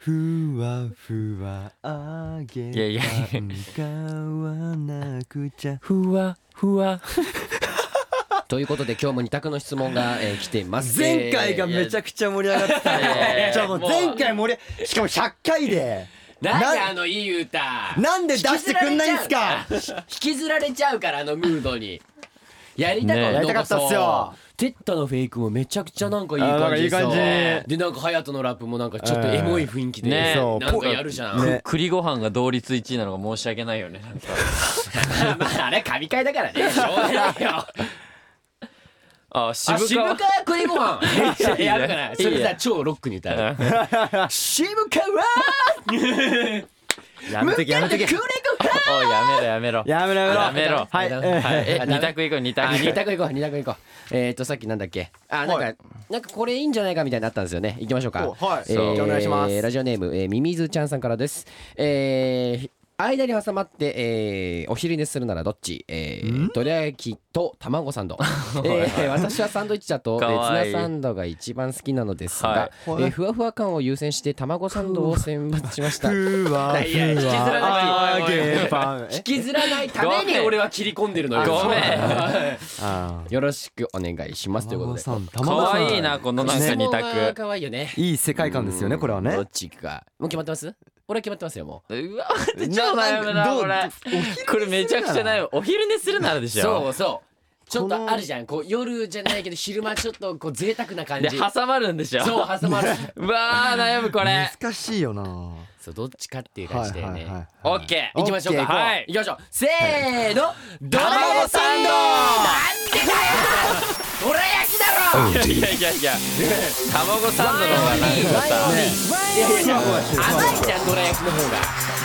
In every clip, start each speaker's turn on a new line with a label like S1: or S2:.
S1: ふわふわあげ
S2: いやいやいや
S1: 買わなくちゃ
S2: ふわふわ
S3: ということで今日も二択の質問が、えー来ています
S1: 前回がめちゃくちゃ盛り上がってた
S2: いやいやい
S1: ね
S2: や
S1: じゃあもう
S2: もう
S1: 前回盛りしかも100回で
S2: なんで
S1: な
S2: あのいい歌
S1: なんで出してくんないんすか
S2: 引きずられちゃうからあのムードにやりたかった、
S1: ねやりたかったっすよ
S2: テッタのフェイクもめちゃくちゃなんかいい
S1: あーなん
S2: 感
S1: か
S2: じ
S1: い
S2: で
S1: い
S2: さ
S1: 感じ
S2: でなんか隼人のラップもなんかちょっとエモい雰囲気で、
S4: ね
S2: な
S1: そ
S2: ん
S1: う
S2: かやるじゃん、
S1: ね
S4: 栗ご飯が同率1位なのが申し訳ないよねなんか
S2: まああれ神回だから ねしょうがないよ
S4: あ
S2: あ
S4: 渋
S2: 渋
S4: 川
S2: 川栗ご 飯
S4: いい ね
S2: やるからそれさ超ロックに歌 う渋
S4: や
S2: 川
S4: めとけやめとけ
S2: 向かいの栗ご飯
S4: おいやめろやめろ
S1: やめろや
S4: や
S1: め
S4: め
S1: ろ
S4: ろ
S1: はい
S2: やめろ
S4: はい
S1: え
S4: え二択いこう二択
S2: あ二択行こう二択行こうえっ、ー、とさっきなんだっけあなんか、なんかこれいいんじゃないかみたいになったんですよね行きましょうか
S1: おはい
S2: え
S1: そうじゃあお願いします
S2: ラジオネーム、えー、ミミズちゃんさんからですえー間に挟まって、えーお昼寝するならどっち、えー、どら焼きと卵サ ンド、えー、私はサンドイッチだと
S4: かわいい
S2: えーツナサンドが一番好きなのですが、
S4: はい
S2: えーふわふわ感を優先して卵サンドを選抜しました
S1: ふわ
S2: いやいや引き
S1: ふ
S2: ずら
S1: わ
S2: な
S1: あ
S2: きゃ
S1: げパン
S2: 引きずらないため
S4: め
S2: に
S4: に
S2: 俺
S4: 俺
S2: は切り込んでるのよ
S4: ごめ
S1: あ
S2: よろしくお願いしますということ
S1: 卵
S2: で
S1: さん
S4: んかわいいなこのなんか二択
S2: 可愛いよね。
S1: いい世界観ですよねこれはね
S2: どっちか。もう決まってます？俺は決まってますよも
S4: うわちょっと悩むな
S1: どう
S4: これこれめちゃくちゃ悩むお昼寝するならで
S2: う。
S4: しょ
S2: そうそう。ちょっ
S1: ことの
S2: あるじゃん。こう夜じゃないけど昼間ちょっとこう贅沢な感
S4: で
S2: じ。
S4: 挟まるんでしょ
S2: そう挟まる。
S4: うわー悩むこれ
S1: 難しいよな
S2: そうどっちかっていう感じだよ
S1: はいはいはい
S2: ね。
S4: オッケー
S2: 行きましょうか。
S4: オッケー行こう
S2: はい。行きましょう。せーの。ド
S4: 卵サンド
S2: なんでだよ。どら焼きだろ。
S4: いやいやいや卵サンドの方がなんかさ
S2: いやいやいや甘いじゃんどら焼きの方が。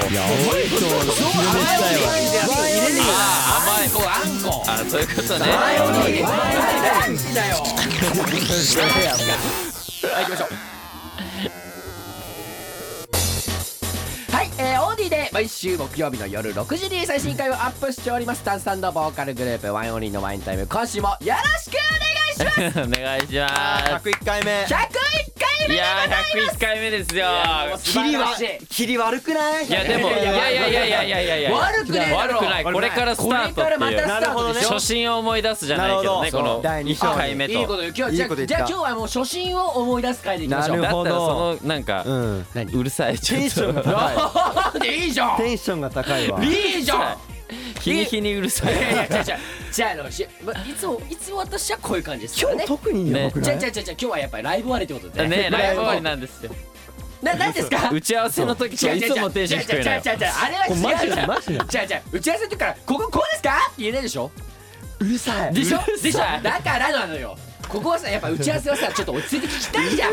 S2: 甘いこうあんこ。
S4: あそういうことね
S2: 何時だよはい行きましょうはい、えー、オーディで毎週木曜日の夜6時に最新回をアップしておりますダンスボーカルグループワンオンリーのワインタイム今週もよろしくお願いします
S4: お願いしま
S1: 101回目
S2: 101回
S4: す
S2: 目
S4: いやー101回目ですよ
S1: 切りは切り悪くない
S4: いやでも いやいやいやいやいやいやいや
S2: 悪くないだ
S4: 悪
S2: ろ
S4: くないこれからスタート
S2: これから
S4: っ
S2: ま
S4: て
S2: た
S4: いう
S2: スタートでしょ
S4: 初心を思い出すじゃないけどね
S1: なるほど
S4: こ
S1: そ
S4: の
S1: う第二
S4: 1
S1: 章
S4: 回目と
S2: いいことよ今日じゃ
S1: いいこと言っ
S2: じ
S1: た
S2: ゃあ今日はもう初心を思い出す回でいきましょ
S1: な
S2: う
S1: る
S4: だ
S1: ほ
S4: ったら
S1: ど
S4: そのなんか
S1: うん
S4: うるさいちょ
S1: テン
S4: っ
S1: ション
S4: と
S1: が高
S2: なんでいいじゃん
S1: いテンションが高いわ
S2: いいじゃん
S4: 日に日にうるさい
S2: いやいや違う違うじゃああのしまいつもいつも私はこういう感じです
S1: 今
S2: から
S1: 日
S2: ね
S1: 特にやばく
S2: じ
S1: な
S2: ゃ
S1: い
S2: じゃじゃじゃ今日はやっぱりライブ終わりってことで
S4: ねライブ終わり
S2: な
S4: なんですよ
S2: ななんですか
S4: 打ち合わせの時と
S2: 違う
S4: かい
S2: 違う違う
S4: つもテンション低いの
S2: 違う違う違う違
S4: よ
S2: うあれは
S1: これマ
S2: 違
S1: ジ
S2: うじゃ
S1: で
S2: ん
S1: マジで
S2: じゃあじゃあ打ち合わせの時からこここうですかって言えないでしょ
S1: うるさい
S2: でしょ
S4: うるさい
S2: でしょだからなのよここはさやっぱ打ち合わせはさちょっと落ち着いて聞きたいじゃ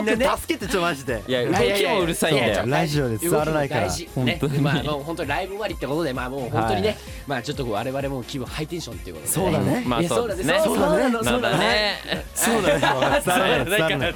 S2: ん
S1: みんな助けてちょマジで
S4: いや動きもうるさいんだ
S2: や
S4: よ
S2: や
S1: ラジオで伝わらないから
S2: 動きも大事
S4: 本当
S2: ね
S4: に
S2: まあもう本当にライブ終わりってことでまあもう本当に
S1: は
S2: ねまあちょっとこう我々も気分ハイテンションっていうことで
S1: そうだね
S4: ま
S2: い
S4: あ
S2: や
S4: そうですね
S2: そうだね
S4: なんだね
S1: そうだね伝わらない伝わらない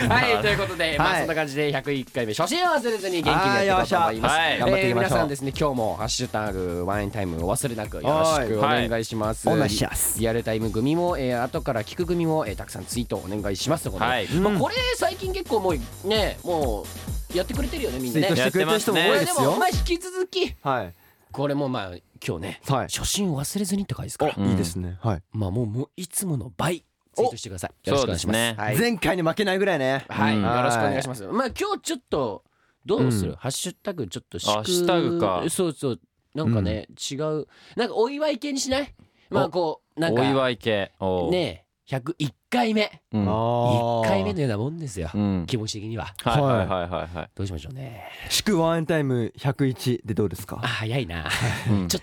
S2: はい、ということで、まあ
S1: はい
S2: そんな感じで101回目初心を忘れずに元気にやっていこうと思います。
S4: はい
S2: え
S1: よっしゃは
S2: ー
S1: い頑張っていきましょう
S2: 皆さんですね、今日もハッシュタグワインタイムお忘れなくよろしくお願いします。
S1: はいお願いします
S2: リアルタイム組も、えー、後から聞く組も、えー、たくさんツイートお願いしますということで。
S4: はい
S2: まあこれ最近結構もうね、もうやってくれてるよねみん
S1: ツ
S2: な
S1: イートし
S2: ね。
S1: てくれてる人も多い
S2: こ
S1: で
S2: れですも
S1: よ
S2: まあ引き続き
S1: はい
S2: これもまあ今日ね、
S1: はい
S2: 初心を忘れずにって回ですから、
S4: うん
S1: いいですねはい
S2: まあもうもういつもの倍ツイートしてください。よろしくお願いします。
S4: そうですね
S2: はい
S1: 前回に負けないぐらいね
S2: はい、
S4: うん
S2: よろしくお願いします。まあ今日ちょっとどうする、ハッシュタグちょっと祝
S4: ハッシュタグか
S2: そうそうなんかね、違うなんかお祝い系にしない？まあこうなん
S4: お
S2: か
S4: 祝い系おう
S2: ね百一回目
S4: うんは
S2: 一回目
S1: で
S2: のようなもんですよ。
S4: うん
S2: 気持ち的にはい
S4: はいはいはいはい
S2: どうしましょうね。
S1: 祝ワンエンタイム101でどうです
S2: あ
S1: か
S2: 早いな。
S4: うん
S2: ちょち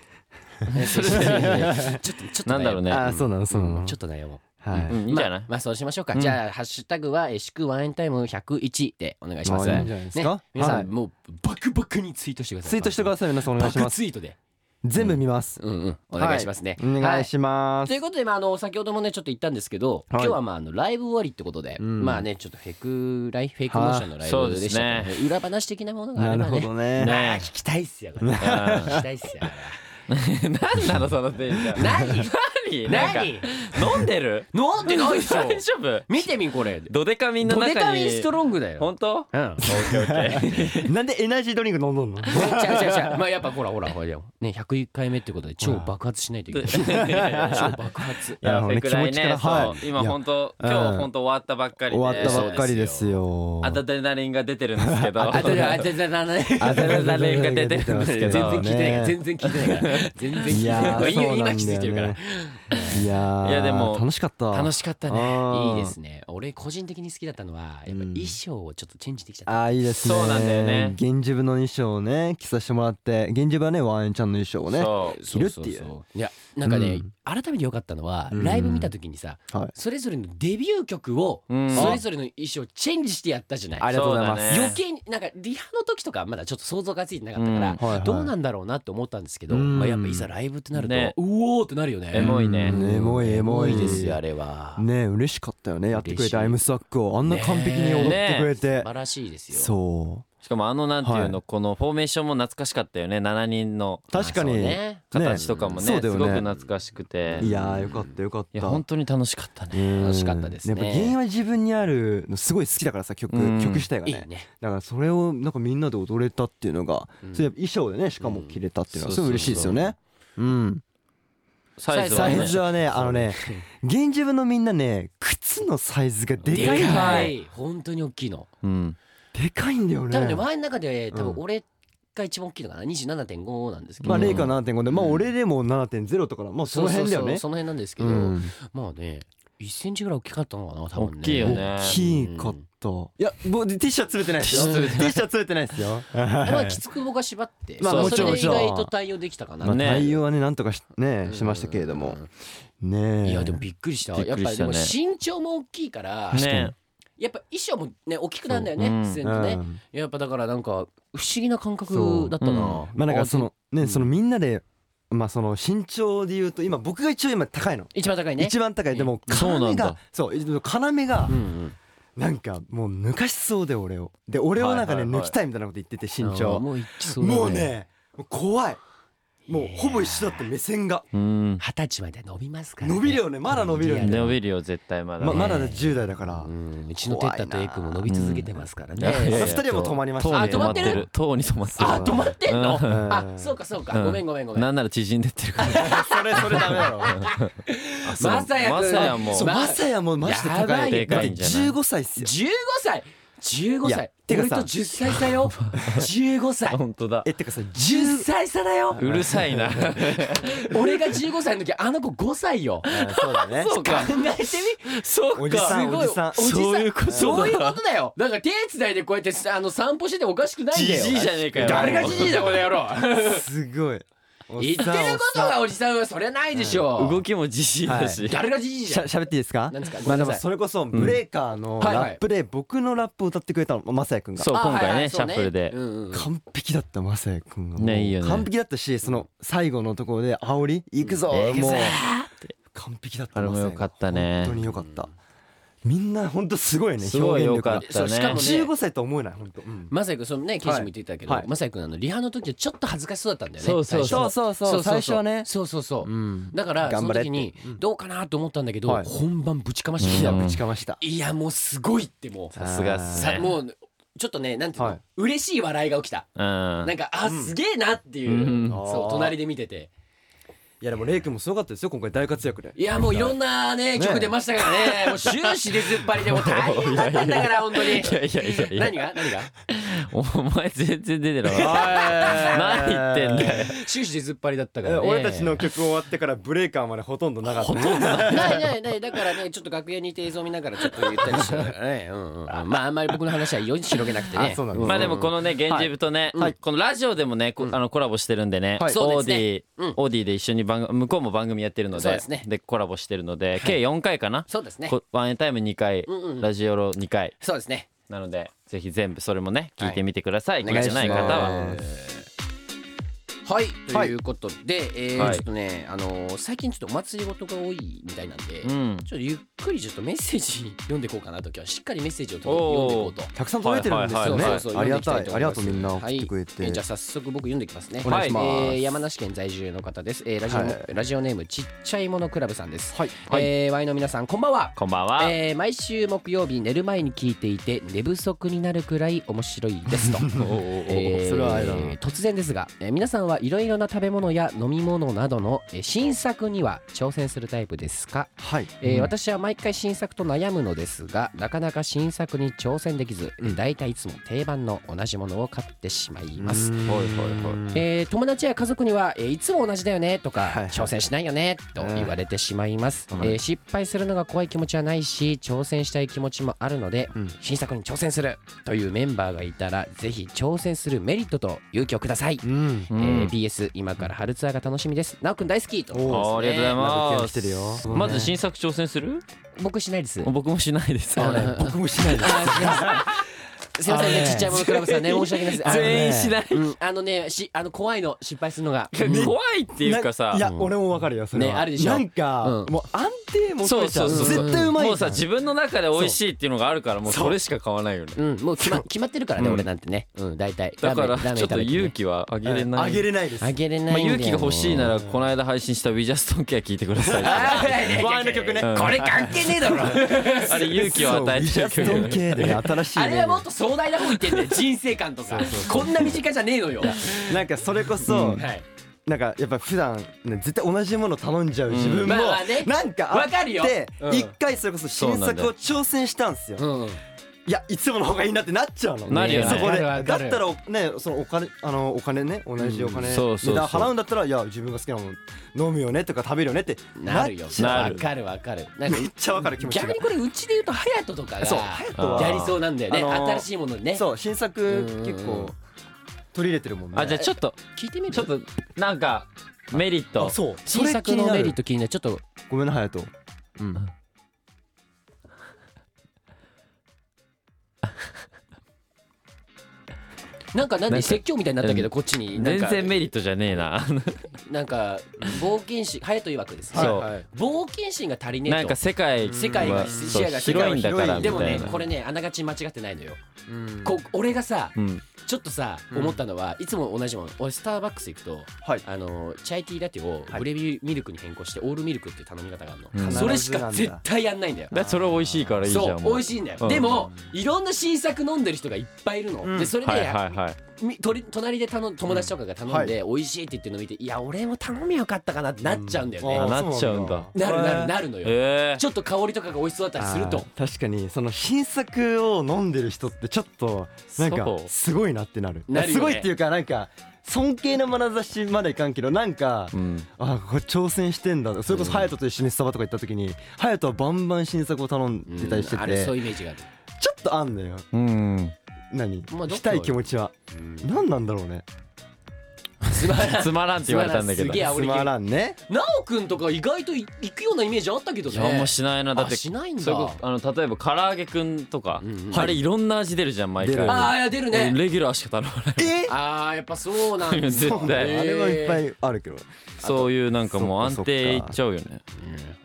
S2: ょっとちょっとちょっと
S4: なんだろうね
S1: あーそうなのそうなの
S2: ちょっと悩もう。
S1: は
S4: う
S1: い
S4: んいいんじゃない
S2: まあそうしましょうか。
S4: うん
S2: じゃあハッシュタグはえー祝ワインタイム101でお願いします。
S1: あいいんじゃないですか
S2: ね皆さ
S1: はい
S2: んもうバクバクにツイートしてください。
S1: ツイートしてください皆さんお願いし
S2: 爆
S1: ます
S2: ツイートで。
S1: 全部見ます
S2: うんうん。お願いしますね。
S1: お願いしま
S2: と
S1: す
S2: いうことで、まあ、あの先ほどもねちょっと言ったんですけど、
S1: はい
S2: 今日はまああのライブ終わりってことで、
S1: うん
S2: まあねちょっとフェクライフェイクモーションのライ
S4: はい
S2: ブでしたけ
S4: そう
S2: ど、ね裏話的なものがあ
S1: な
S2: れ
S1: る
S2: ば
S1: ほ
S2: ね
S1: どね
S2: あー聞きたいっすよこれ聞きたいっすよこれ
S4: 何なのそのテンション
S2: 何
S4: 何なんか
S2: 何
S4: 飲んでる
S2: 飲んでないでしょ
S4: 大丈夫
S2: 見てみこれ
S4: ドデカミンの
S2: ドデ
S4: 中
S2: カミ
S4: に
S2: ンストロングだよ
S4: 本当
S2: うん
S1: なんでエナジードリンク飲んどんの
S2: 違う違う違うまあやっぱほらほらほらよね101回目ってことで超爆発しないといけない超爆発
S4: いや
S1: なるほど
S4: それ
S1: ね
S4: くら
S1: 気持
S4: い
S1: ちか
S4: ね
S1: ら
S4: そ
S1: は
S4: う
S1: い
S4: 今
S1: いや
S4: 本当
S1: うん
S4: 今日本当終わったばっかりで
S1: 終わったばっかりですよ
S4: アドレナリンが出てるんですけど
S2: あただあただなね
S4: アドレナリンが出てるんですけ
S2: 全然
S4: ど
S2: 聞いてないから全然聞いてないから全然聞
S1: い
S2: いてない
S1: や
S2: か
S1: ーそうな
S2: ら
S1: んだ
S2: 今
S1: よ
S2: 気づいてるから
S1: ねいやー
S4: いやでも
S1: 楽しかった
S2: 楽しかったね
S1: あー
S2: いいですね俺個人的に好きだったのはやっぱ衣装をちょっとチェンジできちゃった
S1: ああいいですね
S4: そうなんだよね
S1: 源氏部の衣装をね着させてもらって源氏部はねワンエンちゃんの衣装をね
S4: そう
S1: 着るっていう
S2: そそいやなんかね、
S1: うん
S2: 改めて良かったのは、
S1: うん
S2: ライブ見た時にさ
S1: はい
S2: それぞれのデビュー曲を
S4: うん
S2: それぞれの衣装チェンジしてやったじゃない、
S1: ありがとうございます
S4: そうだね
S2: 余計になんかリハの時とかまだちょっと想像がついてなかったから、
S4: うん
S1: はいはい
S2: どうなんだろうなって思ったんですけど、
S1: うん
S2: まあ、やっぱいざライブってなると、
S4: ね
S2: うおーってなるよね
S4: エモいね
S1: うんエモいエモい
S2: ですよあれは、
S1: ね嬉しかったよねやってくれ
S2: 嬉しい
S1: てアイムスワックをあんな完璧に踊ってくれて
S2: 素晴らしいですよ
S1: そ
S4: しかもあのなんていうの
S1: は
S4: このフォーメーションも懐かしかったよね7人の
S1: う確か
S2: まあ
S1: に
S2: そう
S1: い
S2: ね
S4: 形とかも
S1: そ
S4: ね
S1: うだよ
S4: す
S1: ね
S4: ごく懐かしくてい
S1: やーよかったよかった
S4: や本当に楽しかったね
S1: うん
S2: 楽しかったですね
S1: やっぱ原因は自分にあるのすごい好きだからさ曲
S4: うん
S1: 曲自体が
S2: いい
S1: ね
S2: ね
S1: だからそれをなんかみんなで踊れたっていうのがそれやっぱ衣装でねしかも着れたっていうのはすごい嬉しいですよねうん
S4: サイズは
S1: サ
S4: ね
S1: イズはねあのね現地部のみんなね靴のサイズがでかい
S2: で
S1: の
S2: かい本当に大きいの
S4: うん
S1: でかいんだよ
S2: 多分ね
S1: ね
S2: 前の中で多分
S1: うん
S2: 俺が一番大きいのかな27.5なんですけど
S1: まあレイカ7.5でまあ俺でも7.0とかなまあその辺だよね
S2: そうそうそうその辺なんですけ
S1: う
S2: ど、
S1: ん
S2: まあね1センチぐらい大きかったのかな多
S4: 大
S2: 分ね
S4: きいよね
S1: 大きかったいやもうティッシュは詰めてないですよ
S2: テ
S1: テ
S2: ィ
S1: ィッシュは詰めてないですよ
S2: まあきつく僕は縛って、
S1: まあ
S2: そう
S1: もちろんもちろん
S2: それで意外と対応できたかな、
S1: まあ
S4: ね
S1: 対応はねなんとかしねしましたけれどもねえ
S2: いやでもびっくりした
S4: びっ
S2: やっ
S4: くり
S2: ぱり
S4: した
S2: で
S4: ね
S2: も身長も大きいから、
S4: ね
S2: やっぱ衣装もね大きくなるんだよね
S4: そううん
S2: 自然とね、
S1: うん
S2: やっぱだからなんか不思議な感
S1: そ
S2: 覚
S1: う
S2: だったな、
S4: うん
S1: まあなんかその
S2: う
S1: ね
S2: ん
S1: そのみんなでまあその身長で言うと今僕が一応今高いの
S2: 一番高いね
S1: 一番高いでも
S4: そうなん
S1: 要
S4: だ
S1: がそう要が
S2: うんうん
S1: なんかもう抜かしそうで俺をで俺をなんかね
S4: はいはいはい
S1: 抜きたいみたいなこと言ってて身
S2: あー
S1: 長
S2: もういっそうだ
S1: もうねもう怖いもうほぼ一緒だって目線が
S4: うん
S2: 二十歳まで伸びますから、ね、
S1: 伸びるよねまだ伸びるよね
S4: 伸びるよ絶対まだ
S1: ままだね10代だから
S2: うんうちのテッタとエイ君も伸び続けてますからね、
S4: うんいやいや
S1: 二人はもう止まりまし
S4: 塔
S1: たね
S4: に止まってる塔に止まってる
S2: あ止まってんの、
S4: うん
S2: あそうかそうか、
S4: うん
S2: ごめんごめんごめん
S4: なんなら縮んでってるから
S1: それそれダメだろ
S2: まさやくん
S4: まさやも
S1: そう
S2: ま
S1: まさやもうマジで高い
S4: やばいよ
S1: だって15歳っすよ
S2: 15歳15
S1: い
S2: 歳
S1: やてか
S2: 俺
S1: さ
S2: と10歳差よ15歳
S4: 本当だ
S1: えってかさ10
S2: 10歳差だよ
S4: うるさい な
S2: 俺が15歳の時あの子5歳よ
S1: あ そうだね
S2: そうか考えて
S4: そ
S1: おじさん
S2: み
S1: おじさん
S2: すごいおじさん
S4: そう
S2: そうい
S4: いうことだ
S2: うことだよだから手つないでこうやってあの散歩しててもおかしくないんだよ
S4: じじいじゃねえかよ
S2: 誰がじじいだこの野郎
S1: すごい
S2: 言ってることがおじさんはそりゃないでしょ
S4: 動きもじじいだし
S2: 誰がじじい
S1: し
S2: じ
S1: ゃ
S2: ゃん
S1: 喋っていいですか
S2: 何ですか
S1: まあで
S2: ごめんな
S1: も
S2: さい
S1: それこそブレーカーの
S2: はいはい
S1: ラップで僕のラップを歌ってくれたのまさやくんが
S4: そう
S2: あ
S4: 今
S2: はい
S4: 回
S2: は
S4: ね
S2: い
S4: シ
S2: そう
S4: ャッフルで
S2: うんうんうん
S1: 完璧だったまさやくんが
S4: ねいいよね
S1: 完璧だったしその最後のところで煽り行くぞ
S4: えー
S1: もう
S4: 行くぞ
S1: 完璧だった
S4: あれも良かったね
S1: 本当に良かったみんな本当すごいね
S4: すご
S1: 表
S4: い
S1: 現
S4: 良
S1: 力
S4: かっ
S1: が
S4: た
S2: そうしか
S4: ね
S2: も
S1: 15歳とは思えない本当うん
S2: まさやくんそのねケイジも言ってたけど、
S1: はい
S2: まさやくんあのリハの時はちょっと恥ずかしそうだったんだよね
S4: そうそう
S2: 最初
S1: そうそうそう最初はね
S2: そうそうそう、
S1: ん
S2: だからそ
S1: 頑
S2: の
S1: 張れって
S2: 時にどうかなと思ったんだけど、
S1: はい
S2: 本番ぶちかましてき
S1: い
S2: た
S1: や
S2: よ、
S1: ぶちかました
S2: いやもうすごいってもう
S4: さすがっす
S2: さ
S4: ね
S2: もうちょっとねなんていうの、
S1: はい
S2: 嬉しい笑いが起きた
S4: うん
S2: なんかあすげえなっていう、
S4: うん
S2: そう隣で見てて
S1: いやでもレイ君もすごかったですよ今回大活躍で
S2: いやもういろんなね
S1: ね
S2: 曲出ましたからねもう終始出ずっぱりでもう大変だったんだから本当に
S4: いやいやいやいや
S2: 何が何が
S4: お前全然出てなかった何言ってんだよ
S2: 終始出ずっぱりだったか
S1: え
S2: らね
S1: 俺たち の曲終わってからブレーカーまでほとんどなかった
S2: ないないないだからねちょっと楽屋にいて映像見ながらちょっと言ったりして、ねうんうん、まああんまり僕の話はより広げなくてね
S1: あそうなんです
S4: まあでもこのね源氏部とね、このラジオでもねこあのコラボしてるんでね、
S2: はいそ
S4: オ
S2: うで
S4: ーデ
S2: すね
S4: ィ、オーディで一緒に番組向こうも番組やってるの
S2: そう
S4: で
S2: ですね
S4: コラボしてるので、計4回かな
S2: そうですね
S4: こワンエンタイム2回、
S2: んうん
S4: ラジオロ2回
S2: そうですね
S4: なのでぜひ全部それもね聞いてみてください、
S2: はい
S4: 聞いてない方
S2: お願
S4: は。
S2: いしますはい、と
S1: はい
S2: いうことで、えー
S4: はい
S2: ちょっとね、あのー最近ちょっとお祭り事が多いみたいなんで、
S4: う
S2: ちょ
S4: ん
S2: っとゆっくりちょっとメッセージ読んでいこうかなと今日はしっかりメッセージをと読んでいこうと。
S1: たくさん届いてるんですよね、
S2: はいはいはい
S1: ありがたい
S2: そうそうそう
S1: ありがとうみんな
S2: は
S1: 送
S2: い
S1: ってくれて、
S2: えーじゃあ早速僕読んでいきますね。
S1: お願いします
S2: えー山梨県在住の方です。えーラジオも、
S1: はい
S2: ラジオネームちっちゃいものクラブさんです。
S1: はい
S2: えーワイの皆さんこんばんは。
S4: こんばんは、
S2: えー毎週木曜日寝る前に聞いていて寝不足になるくらい面白いで すと。
S4: おー
S2: えー
S1: それはあれだな
S2: 突然ですが、えー皆さんはいろいろな食べ物や飲み物などの、えー新作には挑戦するタイプですか、
S1: はい
S2: えー
S4: うん
S2: 私は毎回新作と悩むのですがなかなか新作に挑戦できず、
S1: うん
S2: だいたいいつも定番の同じものを買ってしまいます、
S1: うん
S4: はいはいは
S2: えー友達や家族には、えーいつも同じだよねとか、
S1: はいはい
S2: 挑戦しないよねと言われてしまいます、
S1: うん
S2: えー失敗するのが怖い気持ちはないし挑戦したい気持ちもあるので、
S1: うん
S2: 新作に挑戦するというメンバーがいたらぜひ挑戦するメリットと勇気をください、
S1: うん
S4: うん
S2: えー BS 今から春ツアーが楽しみですなおくん大好きと
S4: おーありがとうござい
S1: ま
S4: ま
S1: 来てる
S4: す
S1: よ
S4: まず新作挑戦する
S2: 僕しないです
S4: 僕もしないです
S2: あね
S1: 僕もしないで
S2: すいませんねちっちゃいものクラブさんね申し訳ないですあのね
S4: 全員しない
S2: うんあのねしあの怖いの失敗するのが
S4: 怖いっていうかさ
S1: いや俺もわかるよそれは
S2: ねあるでしょ
S1: なんか
S2: うん
S1: もう安定も
S4: そうそうそう
S1: 絶対うまい
S4: もうさ自分の中で美味しいっていうのがあるからもうそれしか買わないよね
S2: うん、もう決ま決まってるからね、
S4: うん
S2: 俺なんてね、うん、大体
S4: だから
S2: ラーメン
S4: ちょっと勇
S2: 気
S4: 気はあげれな
S1: あ
S4: い
S1: げれないです
S2: あげれないん
S4: まあ
S2: だよね、
S4: 勇気が欲 しいならこの間配信した「WeJustDon'tCare」聞いてください
S1: 前の曲ね
S4: うん
S2: これ関係ねえだろ
S4: あれ勇気を与えてる
S1: そうビジャス
S4: 曲
S1: トン系で新しいね
S2: あれはもっと壮大な方言ってんだよ人生観とかこんな身近じゃねえのよ
S1: なんかそれこそ
S2: はい
S1: なんかやっぱ普段ね絶対同じもの頼んじゃう自分も
S2: うんまあまあね
S1: なんかあ
S2: わかるよ
S1: って
S2: うん
S1: 一回それこそ新
S4: そうなんだ
S1: 作
S4: よ
S1: を挑戦したんですよ
S2: うん
S1: いやいつもの方がいいなってなっちゃうの
S4: なるよね
S1: そこでだ
S2: わ
S1: っ
S2: か
S1: た
S2: るわかる
S1: らねそのお金あのお金ね同じお金
S4: うん
S1: 値
S4: そうそうそう
S1: 段払うんだったらいや自分が好きなもの飲むよねとか食べるよねって
S2: なるよ
S1: っちゃう
S4: な
S2: わ
S4: る
S2: かるわかるなんか
S1: めっちゃわかる気持ちが
S2: 逆にこれうちで言うと隼人とか
S1: そう
S2: が
S1: 隼
S4: 人は
S2: やりそうなんだよね
S1: あのー
S2: 新しいものにね
S1: そう新作結
S2: うんうんうん
S1: 構取り入れてるもんね
S4: あじゃあちょっと
S2: 聞いてみる
S4: ちょっとなんかメリット
S1: あそう
S2: 新作のメリット気になるちょっと
S1: ごめんな隼人うん
S2: なんかなん
S4: なん
S2: で
S4: か
S2: 説教みたいになったけどこっちになん
S4: 全
S2: か
S4: 然メリットじゃねえな
S2: なんか冒険心隼人曰くですね
S4: そう
S1: はい
S2: 冒険心が足りね
S4: な
S2: え
S4: ん
S2: と
S4: か世界
S2: 世界が
S4: は
S2: 視野が世界
S4: 広
S2: はい
S4: んだか
S1: 広い
S4: らみ
S2: でも
S4: た
S2: ね
S4: いな
S2: これねあながち間違ってないのよ
S1: うん
S2: こ俺がさ
S4: うん
S2: ちょっとさ
S1: うん
S2: 思ったのはいつも同じもの俺スターバックス行くと
S1: はい
S2: あのチャイティーラテを
S1: はい
S2: ブレビューミルクに変更してオールミルクって頼み方があるの、
S4: うん
S2: それしか絶対やんないんだよ
S4: だってそれ美味しいからいいじ
S2: そ
S4: ゃ
S2: うん美味しいんだよ、
S4: うん
S2: でもいろんな新作飲んでる人がいっぱいいるの、
S1: うん
S2: でそれで、
S4: はいはいはい
S2: みとり隣で頼ん友達とかが頼んで、美味しいって言ってるの見ていや俺も頼みゃよかったかなってなっちゃうんだよね、
S4: あ
S1: ー
S4: なっちゃうんだ
S1: そ
S2: なるなるなるのよ、
S4: ええ
S2: ちょっと香りとかが美味しそうだったりすると
S1: あー確かにその新作を飲んでる人ってちょっとなんか
S4: そう
S1: すごいなってなる
S2: なるよね
S1: すごいっていうかなんか尊敬な眼差しまでいかんけどなんか、
S4: うん
S1: あこれ挑戦してんだそれこそ隼人と一緒にスタバとか行った時に隼人はバンバン新作を頼んでたりして
S2: うんあ
S1: て、
S2: れそう
S1: ちょ
S2: いうイメージがある、
S1: っとあんのよ
S4: うん
S1: 何、
S2: まあどっかは
S1: したい気持ちは 何なんだろうね
S2: つまらん
S4: つまらんって言われたんだけ
S2: つまら
S4: ど
S2: んすげえ煽
S1: つ
S2: り系
S1: まらん ね
S2: なおくんとか意外とい行くようなイメージあったけど
S4: い
S2: ね
S4: やあんましないなだって
S2: あしないんだ
S4: それこそあの例えば唐揚げくんとか
S2: うんうん
S4: あれいろんな味出るじゃん毎
S1: 出る
S4: 回
S2: ああいや出るね
S4: レギュラーしか頼まない
S1: え
S2: ああやっぱそうなん だ
S4: 絶
S1: そう
S4: 対
S1: ねあれはいっぱいあるけど
S4: そういうなんかもう
S1: そっかそ
S4: 安
S1: っか
S4: 定いっちゃうよね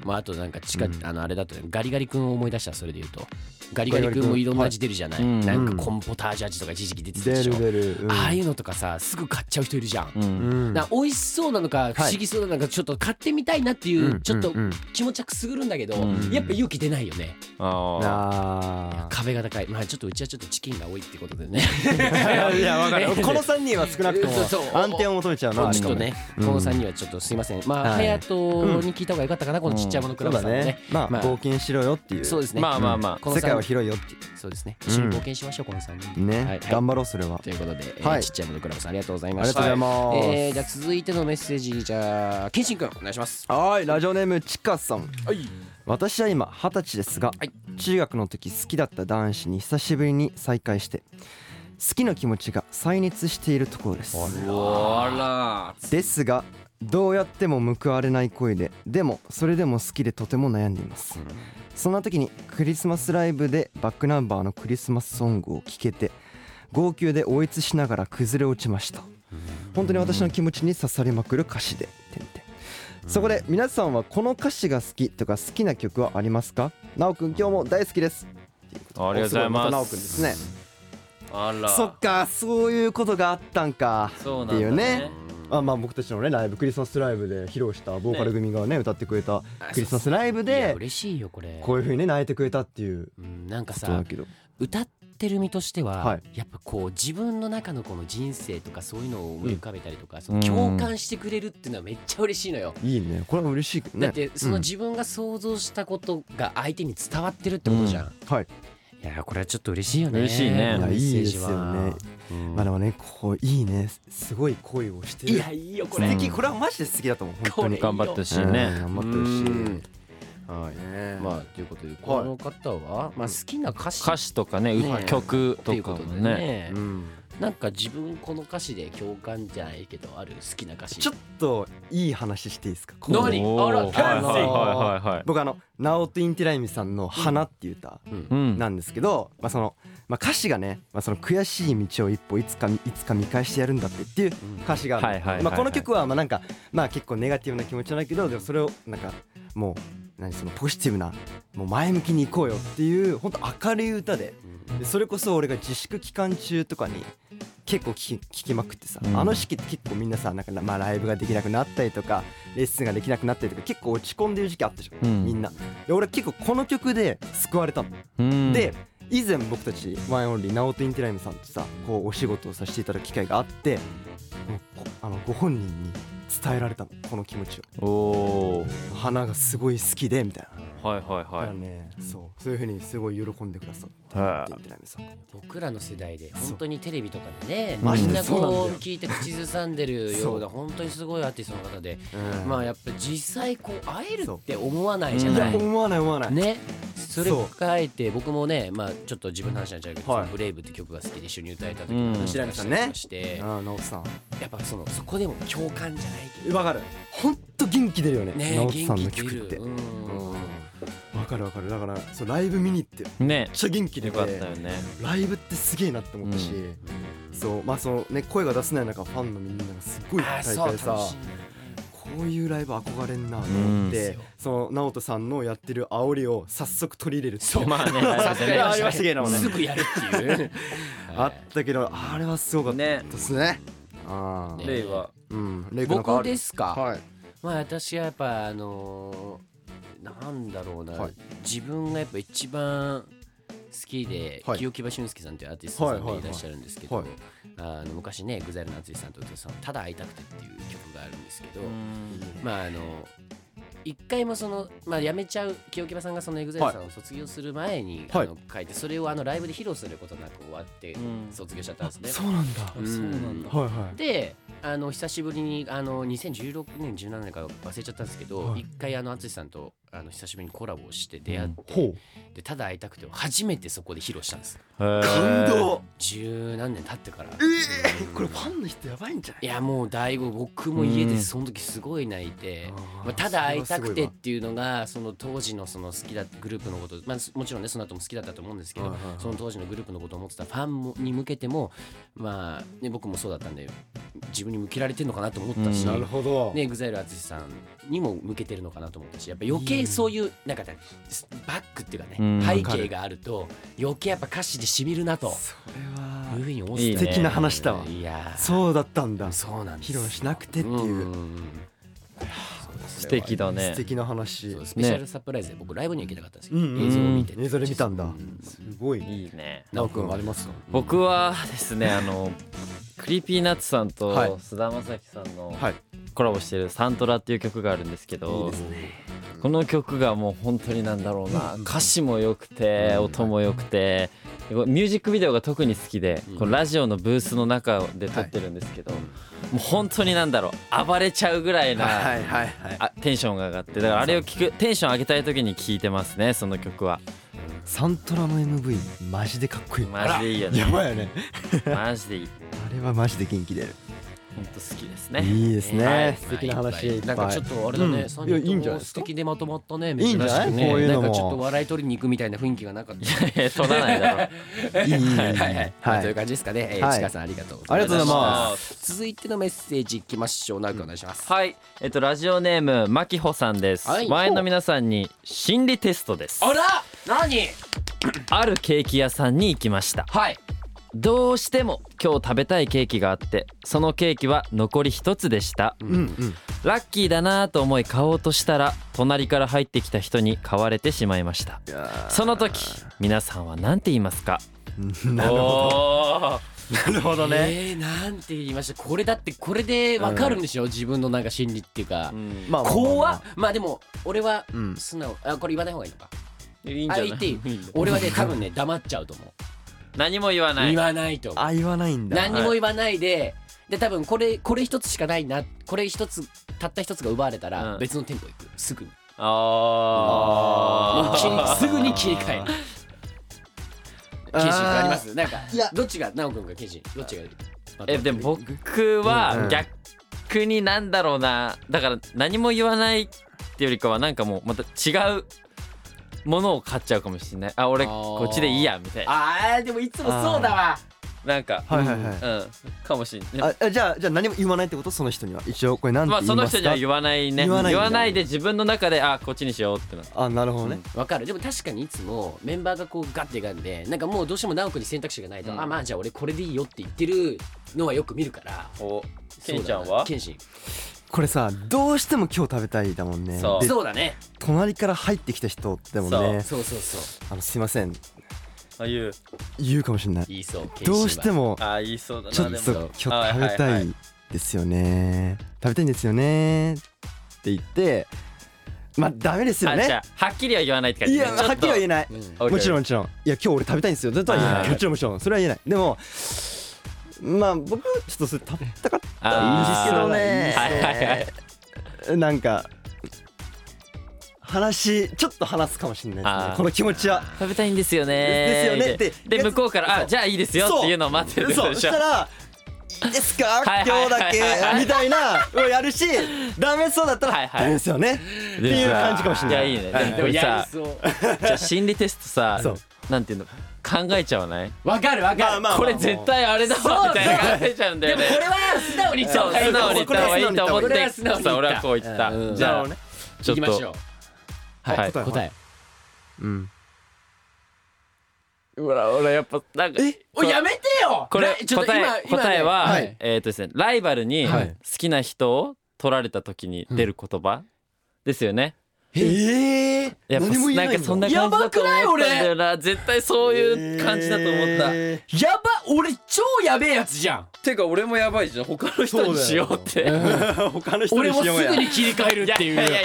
S2: まああとなんか近、あのあれだとねガリガリ君を思い出したそれで言うとガリガリ君もいろんな味出るじゃない、
S4: ガリガリ君
S2: な
S4: はい
S2: んかコーンポタージュ味とか一時期出てたで
S1: 出
S2: しょ、
S1: る出る、うん
S2: ああいうのとかさすぐ買っちゃう人いるじゃん、
S4: う
S1: うんん
S2: な美味しそうなのか不思議そうなのかちょっと買ってみたいなっていう、
S1: うん
S2: ちょっと
S1: うん
S2: 気持ちはくすぐるんだけど、
S4: うん
S2: やっぱ勇気出ないよね
S4: あ
S1: あ
S2: 壁が高いまあちょっとうちはちょっとチキンが多いってことでね
S1: あ いやわか るこの三人は少なくとも
S2: そうそう
S1: 安定を求めちゃうな
S2: ちょっとね、
S1: うん
S2: この3人はちょっとすいません、まあ、
S1: はい
S2: 隼人に聞いた方が良かったかな、このちっちゃいものク
S1: そ
S2: ラ
S1: う
S2: ブ
S1: だ
S2: さんもね。
S1: ねまあ
S2: まあ
S1: 冒険しろよっていう
S2: そうですね。
S4: まあまあま
S2: この
S1: 世界は
S2: 3人、
S1: 広いよってい
S2: そうですね。
S1: うん
S2: 一緒に冒険しましょう、この3人。
S1: うね、
S2: はい
S1: 頑張ろうそれは
S2: ということで、えー
S1: はい
S2: ちっちゃいものクラブさん、ありがとうござい
S1: あ
S2: ま
S1: りが
S2: し
S1: と
S2: た。
S1: うございます、
S2: えーじゃあ続いてのメッセージじゃあケンシン君お願いします
S1: はいラジオネームちかさん私は今二十歳ですが、
S2: はい
S1: 中学の時好きだった男子に久しぶりに再会して好きな気持ちが再熱しているところです
S4: ああ
S1: ですがどうやっても報われない恋ででもそれでも好きでとても悩んでいます、そんな時にクリスマスライブでバックナンバーのクリスマスソングを聴けて号泣で応援しながら崩れ落ちました、本当に私の気持ちに刺されまくる歌詞でてんてんそこで皆さんはこの歌詞が好きとか好きな曲はありますかなおくん今日も大好きです
S4: ありがとうござい
S1: おすごまたな
S4: ま
S1: お
S4: す
S1: くんですね
S4: あら
S1: そっかそういうことがあったんか
S4: そう
S1: っ
S4: な
S1: て
S4: ん
S1: い
S4: だ
S1: うね
S4: ね
S1: あまあ僕たちのねライブクリスマスライブで披露したボーカル組がね歌ってくれたクリスマスライブ
S2: いや
S1: で
S2: 嬉しいよこれ
S1: こういう風にね泣いてくれたっていう
S2: うんなんか
S1: ことだ
S2: さ
S1: けど
S2: 歌ってる身としては、
S1: はい
S2: やっぱこう自分の中のこの人生とかそういうのを思い浮かべたりとか、そ
S4: うん
S2: の共感してくれるっていうのはめっちゃ嬉しいのよ。
S1: いいねこれは嬉しいけどね
S2: だってその自分が想像したことが相手に伝わってるってことじゃん。
S1: うんはい
S2: いやーこれはちょっと嬉しいよね。
S4: 嬉しい
S1: い
S4: ね
S1: や
S2: メ
S1: い
S2: ッ
S1: い
S2: セー
S1: です
S2: ジは
S1: よね。
S2: うん
S1: まあでもねこういいねすすごい恋をしてる
S2: いやいいよこ
S1: 素
S2: れ。
S1: 敵これはマジで素敵だと思う本当に
S2: これ
S4: 頑張ってほしい
S1: うん
S4: ね
S1: 頑張ってほしい
S2: うん
S5: はい
S1: ね
S5: まあということでこの方はまあ好きな歌詞
S4: 歌詞とかね
S2: ね
S4: 曲
S2: とい
S4: と
S2: うこ
S4: か
S2: と
S4: も
S2: で
S4: ね
S2: ね、
S1: うん
S2: なんか自分この歌詞で共感じゃないけどある好きな歌詞
S1: ちょっといい話していいですか
S2: 何
S4: おー
S2: あら
S4: はいはいはいはいはい
S1: 僕あの直人インティライミさんの「花」っていう歌
S4: うん
S1: なんですけど、まあそのまあ、歌詞がね、まあ、その悔しい道を一歩いつかいつか見返してやるんだってっていう歌詞がある
S4: はいはいはいはい
S1: まあこの曲はまあなんか、まあ、結構ネガティブな気持ちなんだけどでもそれをなんかもう何そのポジティブなもう前向きに行こうよっていう本当明るい歌ででそれこそ俺が自粛期間中とかに結構聞き聞きまくってさ、
S4: うん
S1: あの時期って結構みんなさなんか、まあ、ライブができなくなったりとかレッスンができなくなったりとか結構落ち込んでる時期あったじゃん、
S4: うん
S1: みんなで俺結構この曲で救われたの。
S4: うん
S1: で以前僕たちワンエンオンリーナオトインティライムさんとさこうお仕事をさせていただく機会があってもうこあのご本人に伝えられたのこの気持ち
S4: おお
S1: を花がすごい好きでみたいな、
S4: はいはい
S1: だ
S4: は
S1: から
S4: い
S1: ねそうそういうふうにすごい喜んでくださったナオ
S4: は
S1: トインティライムさん
S2: 僕らの世代で本当にテレビとかでね
S1: マ
S2: み
S1: ジ
S2: ん
S1: で
S2: な
S1: そうなんだよ
S2: こう聞いて口ずさんでるような本当にすごいアーティストの方で
S1: うん
S2: まあやっぱ実際こう会える
S1: そう
S2: って思わないじゃ
S1: い
S2: な
S1: や
S2: い。
S1: 思わない思わない、
S2: ね、それ
S1: そう
S2: を書いて僕もね、まあ、ちょっと自分の話になっちゃうけど「
S1: はい
S2: そのブレイブって曲が好きで一緒に歌えた時
S4: うん
S2: の話をしたりもして、
S1: ああ直人さん
S2: やっぱそのそこでも共感じゃないけ
S1: わかるほんと元気出るよね
S2: どね
S1: 直人さ
S2: 元
S1: んの
S2: 気出
S1: 曲っ
S2: る
S1: て
S2: う
S1: うん
S2: ん
S1: わかるわかるだからそうライブ見に行ってめっ
S4: いね
S1: ちゃ元気出
S4: よ
S1: て
S4: かったよね
S1: ライブってすげえなって思ったし、
S4: う
S1: そうまあそのね声が出せない中ファンのみんながすごい
S2: あ
S1: 大
S2: ーそう
S1: 会
S2: 楽
S1: さ
S2: しい
S1: こういうライブ憧れんなと思って、
S2: うん
S1: その直人さんのやってる煽りを早速取り入れるっていう
S2: そう
S4: まあね
S2: さすがや
S1: ありましたけどね
S2: すぐやるっていう
S1: あったけどあれはすごかった
S4: ね
S1: ですねあー
S2: ね
S4: レイは
S1: うんレイ君なんかあ
S2: 僕
S1: る
S2: ですか、
S1: はい
S2: まあ私はやっぱあのーなんだろうな、
S1: はい
S2: 自分がやっぱ一番好きで、
S1: はい
S2: 清木場俊介さんというアーティストさん
S1: はい
S2: が
S1: はい
S2: い
S1: はい
S2: らっしゃるんですけど、
S1: はい
S2: あの昔ね EXILE の淳さんと歌った「ただ会いたくて」っていう曲があるんですけど、まああの一回もその、まあ、辞めちゃう清木場さんがその EXILE さんを卒業する前に、
S1: はい
S2: あの書いてそれをあのライブで披露することなく終わって卒業しちゃったんですね。
S1: そうなんだ
S2: うん
S1: はいはい
S2: であの久しぶりにあの2016年17年か忘れちゃったんですけど、
S1: はい
S2: 一回あの淳さんとあの久しぶりにコラボをして出会って、
S1: ほ
S2: でただ会いたくてを初めてそこで披露したんです
S1: う感
S4: 動
S1: 動
S2: 十何年経ってから、
S1: えーこれファンの人やばいんじゃない
S2: いやもうだいぶ僕も家
S4: う
S2: で
S4: ん
S2: その時すごい泣いて、
S1: あー
S2: まあ、ただ会いたくてっ
S1: そ
S2: ていうのがその当時のその好きだグループのこと、まあ、すもちろんねその後も好きだったと思うんですけど、
S1: はいはいはい
S2: その当時のグループのことを思ってたファンもに向けてもまあ、ね、僕もそうだったんで自分に向けられてるのかなと思ったし、
S4: うん
S1: なるほど、
S2: ね、EXILE 淳さんにも向けてるのかなと思ったしやっぱ余計そういうなんかねバックっていうかね
S4: うん
S2: 背景があると余計やっぱ歌詞でしみるなと
S1: それは
S2: いうふうに思っ
S4: いい
S2: て
S4: ね
S1: 素敵な話だわ
S2: いやー
S1: そうだったんだ
S2: そうなんです
S1: 披露しなくてっていう、
S2: ん
S4: 素敵だね
S1: 素敵な話
S2: そうスペシャルサプライズで僕ライブには行けなかったんですけど、
S1: うんうん
S2: 映像を見て
S1: 映像で見たんだ、
S2: うん
S1: すごい
S4: いいね
S1: なおくんありますか
S4: 僕はですねあのクリーピーナッツさん
S1: はい
S4: と菅田将暉さんの
S1: はい
S4: コラボしてる「サントラ」っていう曲があるんですけどこの曲がもう本当になんだろうな歌詞も良くて音も良くてミュージックビデオが特に好きで
S2: うん
S4: こうラジオのブースの中で撮ってるんですけどもう本当になんだろう暴れちゃうぐらいな
S1: はいはいはい
S4: あテンションが上がってだからあれを聞くテンション上げたい時に聴いてますねその曲は
S1: サントラの MV マジでかっこいい
S4: マジでいいよね
S1: やばいよね
S4: マジでいい
S1: あれはマジで元気出る
S4: 本当好きですね。
S1: いいです
S2: は
S1: ね
S2: い
S1: 素敵な話いっ
S2: なん
S1: ぱ
S2: かちょ
S1: い
S2: っとあれだね、
S1: うん
S2: 三
S1: いやいいん
S2: 人
S1: じ
S2: と
S1: ゃない
S2: も
S1: です
S2: 素
S1: か
S2: 敵でまとまったね
S1: いいんじゃない
S2: 珍しくね
S1: こういうのも
S2: なんかちょっと笑い取りに行くみたいな雰囲気がなかった
S4: いや取らないだろ。
S1: いいいいいい
S2: はいはいはい、まあ
S1: はい
S2: という感じですかね、えー
S1: はい
S2: 石川さんありがとうご
S1: ありがとうござい
S2: す
S1: ま
S2: 続いてのメッセージいきましょう直樹お願いします、
S4: はい、えっとラジオネームマキホさんです。
S2: はい
S4: ワインの皆さんに心理テストです。
S2: あら何
S4: あるケーキ屋さんに行きました。
S2: はい
S4: どうしても今日食べたいケーキがあって、そのケーキは残り一つでした。
S1: うんうん
S4: ラッキーだなぁと思い買おうとしたら、隣から入ってきた人に買われてしまいました。その時、皆さんは何て言いますか。
S1: うんなるほ
S4: ど。
S1: どなるほどね
S2: えー、なんて言いましたこれだってこれでわかるんでしょ、自分のなんか心理っていうか、
S1: まあまあまあまあ
S2: 怖っまあでも俺は
S1: うん
S2: 素直、あこれ言わない方がいいのか
S4: いいん
S2: あ
S4: じゃない
S2: 言っていい俺はね多分ね黙っちゃうと思う
S4: 何も言わない
S2: 言。わないと思う
S1: あ言わないんだ
S2: 何にも言わないでで多分これこれ一つしかないなこれ一つたった一つが奪われたら
S4: うん
S2: 別の店舗行くすぐに
S4: あ
S2: もう切りすぐに切り替える
S1: あー
S2: 決心がありますなんか
S1: いや
S2: どっちが奈く君が決心どっちが
S4: えでも僕
S1: うん
S4: は逆になんだろうなだから何も言わないってよりかはなんかもうまた違うものを買っちゃうかもしれないあ俺
S2: あー
S4: こっちでいいやみたいな
S2: あーでもいつもそうだわ
S4: なんか
S1: はいはいはい
S4: うんかもしれない
S1: ああじゃあじゃあ何も言わないってことその人には一応これ何て
S4: まあ
S1: 言
S4: そ
S1: い
S4: の
S1: ま
S4: 人
S1: す
S4: に
S1: か
S4: は言わない
S1: 言
S4: ね言
S1: わ
S4: わ
S1: ないんだ
S4: ないで自分の中であこっちにしようってなって
S1: あなるほどね
S2: わかるでも確かにいつもメンバーがこうガッて選んでなんかもうどうしても奈く君に選択肢がないと、
S4: うん
S2: あまあじゃあ俺これでいいよって言ってるのはよく見るから
S4: おケンちゃんは
S2: 謙信
S1: これさどうしても今日食べたいだもんね
S4: そう
S1: で
S2: そうだ ね
S1: 隣から入ってきた人でもね
S2: そうそうそう
S1: あのすいません
S4: あいう
S1: 言うかもしれない
S2: 言いそう謙信は
S1: どうしても
S4: あ言いそうだ
S1: ちょっ
S4: な
S1: と
S4: で
S1: 今
S4: も
S1: 日食べたいですよね食べたいんですよねって言ってまあダメですよ
S4: あじ
S1: ね
S4: ゃあはっきりは言わないって感
S1: い
S4: じ
S1: やはっきりは言え
S4: え
S1: ない
S2: うん
S1: もちろんもちろんいや今日俺食べたいんですよずっとは言え
S4: は
S1: ないいもちろんもちろんそれは言えないでもまあ僕ちょっとそれ食べたかっ
S4: あ
S1: た
S4: ー
S1: んです
S4: はいはいはい
S1: けどねなんか話ちょっと話すかもしれないです
S4: あ
S1: ね
S4: ー
S1: この気持ちは
S4: 食べたいんですよね
S1: ですよね
S4: で
S1: で
S4: で向こうから
S1: そ
S4: あ
S1: う
S4: じゃあいいですよっていうのを待ってるってこ
S1: そ
S4: と
S1: う
S4: で
S1: そ
S4: し
S1: し
S4: ょ
S1: たら「いいですか
S4: はい
S1: 今
S4: は
S1: 日
S4: い
S1: だけ
S4: はいは」い
S1: みたいなのをやるしダメそうだったら
S4: は
S1: 「
S4: いはい
S1: ダメですよね」っていう感じかもしれない
S4: いやいいねでも
S1: は
S4: でもさ
S2: そう
S4: じゃあ心理テストさ
S1: そう
S4: なんていうの考えちゃわない
S2: わかるわかる、
S1: まあまあ
S4: これ絶対あれだわみたいな考えちゃうんだ
S2: で
S4: よ
S2: も
S4: ね
S2: これは素直に言っちゃ
S4: そうう
S2: 方がい
S4: 素
S2: いと思う
S4: 直に言った方がいいと思っ
S2: これ
S4: て
S2: は素直に言っ
S4: さ
S2: た
S4: 俺はこう言った
S2: うん
S4: じ
S1: なる
S4: ゃ
S1: ほ
S4: あ
S1: どね
S4: ちょ
S2: 行
S4: っ
S2: きましょう
S4: とはい
S1: 答え
S2: 答え
S1: うん
S4: うわ俺やっぱなんか
S2: おいやめてよ
S4: これ
S2: なちょっと
S4: 答
S2: 今
S4: え
S2: 今ね
S4: 答えは
S1: はい
S4: えっとですねライバルに好
S1: はい
S4: きな人を取られた時に出る言葉ですよね
S1: ええ
S4: やっぱ
S1: 何も言え
S4: な
S1: なんい
S4: か
S1: の
S4: そんな感じだと思ったんだ
S2: や
S4: よな絶対そういう感じだと思った
S1: えー
S2: やば俺超やべえやつじゃん
S4: てか俺もやばいじゃん他の人にしようっていや
S1: 他の人
S2: 俺
S1: にし
S2: もす
S1: ようや
S2: ぐに切り 替えるっていう
S4: いやいや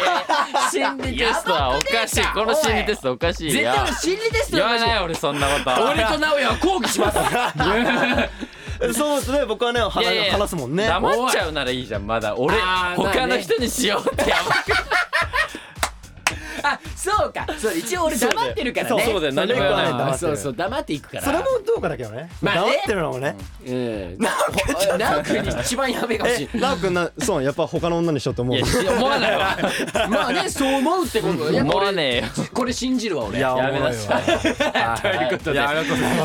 S4: 心理テストはおかしいこの心理テストおかしい
S2: 絶
S4: よ
S2: 対俺心理テスト
S4: 言
S2: だ
S4: わ
S2: マジで
S4: ない俺そんなこと
S2: 俺と直哉は抗議します
S1: そうですね僕はね
S4: いやいや
S1: 話
S4: いや
S1: 話すもんね
S4: 黙っちゃうならいいじゃんまだ俺
S2: あーまあね
S4: 他の人にしようってや
S2: あそうかそう一応俺黙ってるからね
S1: そうそうだよ何も言わない
S2: あーそうそう黙っていくから
S1: それもどうかだけどね
S2: まあね
S1: 黙ってるのもね
S2: うん直君に一番やべえかもしれ
S1: え
S2: ない
S1: ラー君なそうやっぱ他の女にしようと思
S4: ば
S1: う
S4: い
S1: い
S4: や思わないわ
S2: まあねそう思うってことやっぱ
S4: 思
S2: 俺
S4: わねえよ
S2: これ信じるわ俺
S1: や
S4: やめな
S1: さい
S2: ということで、ま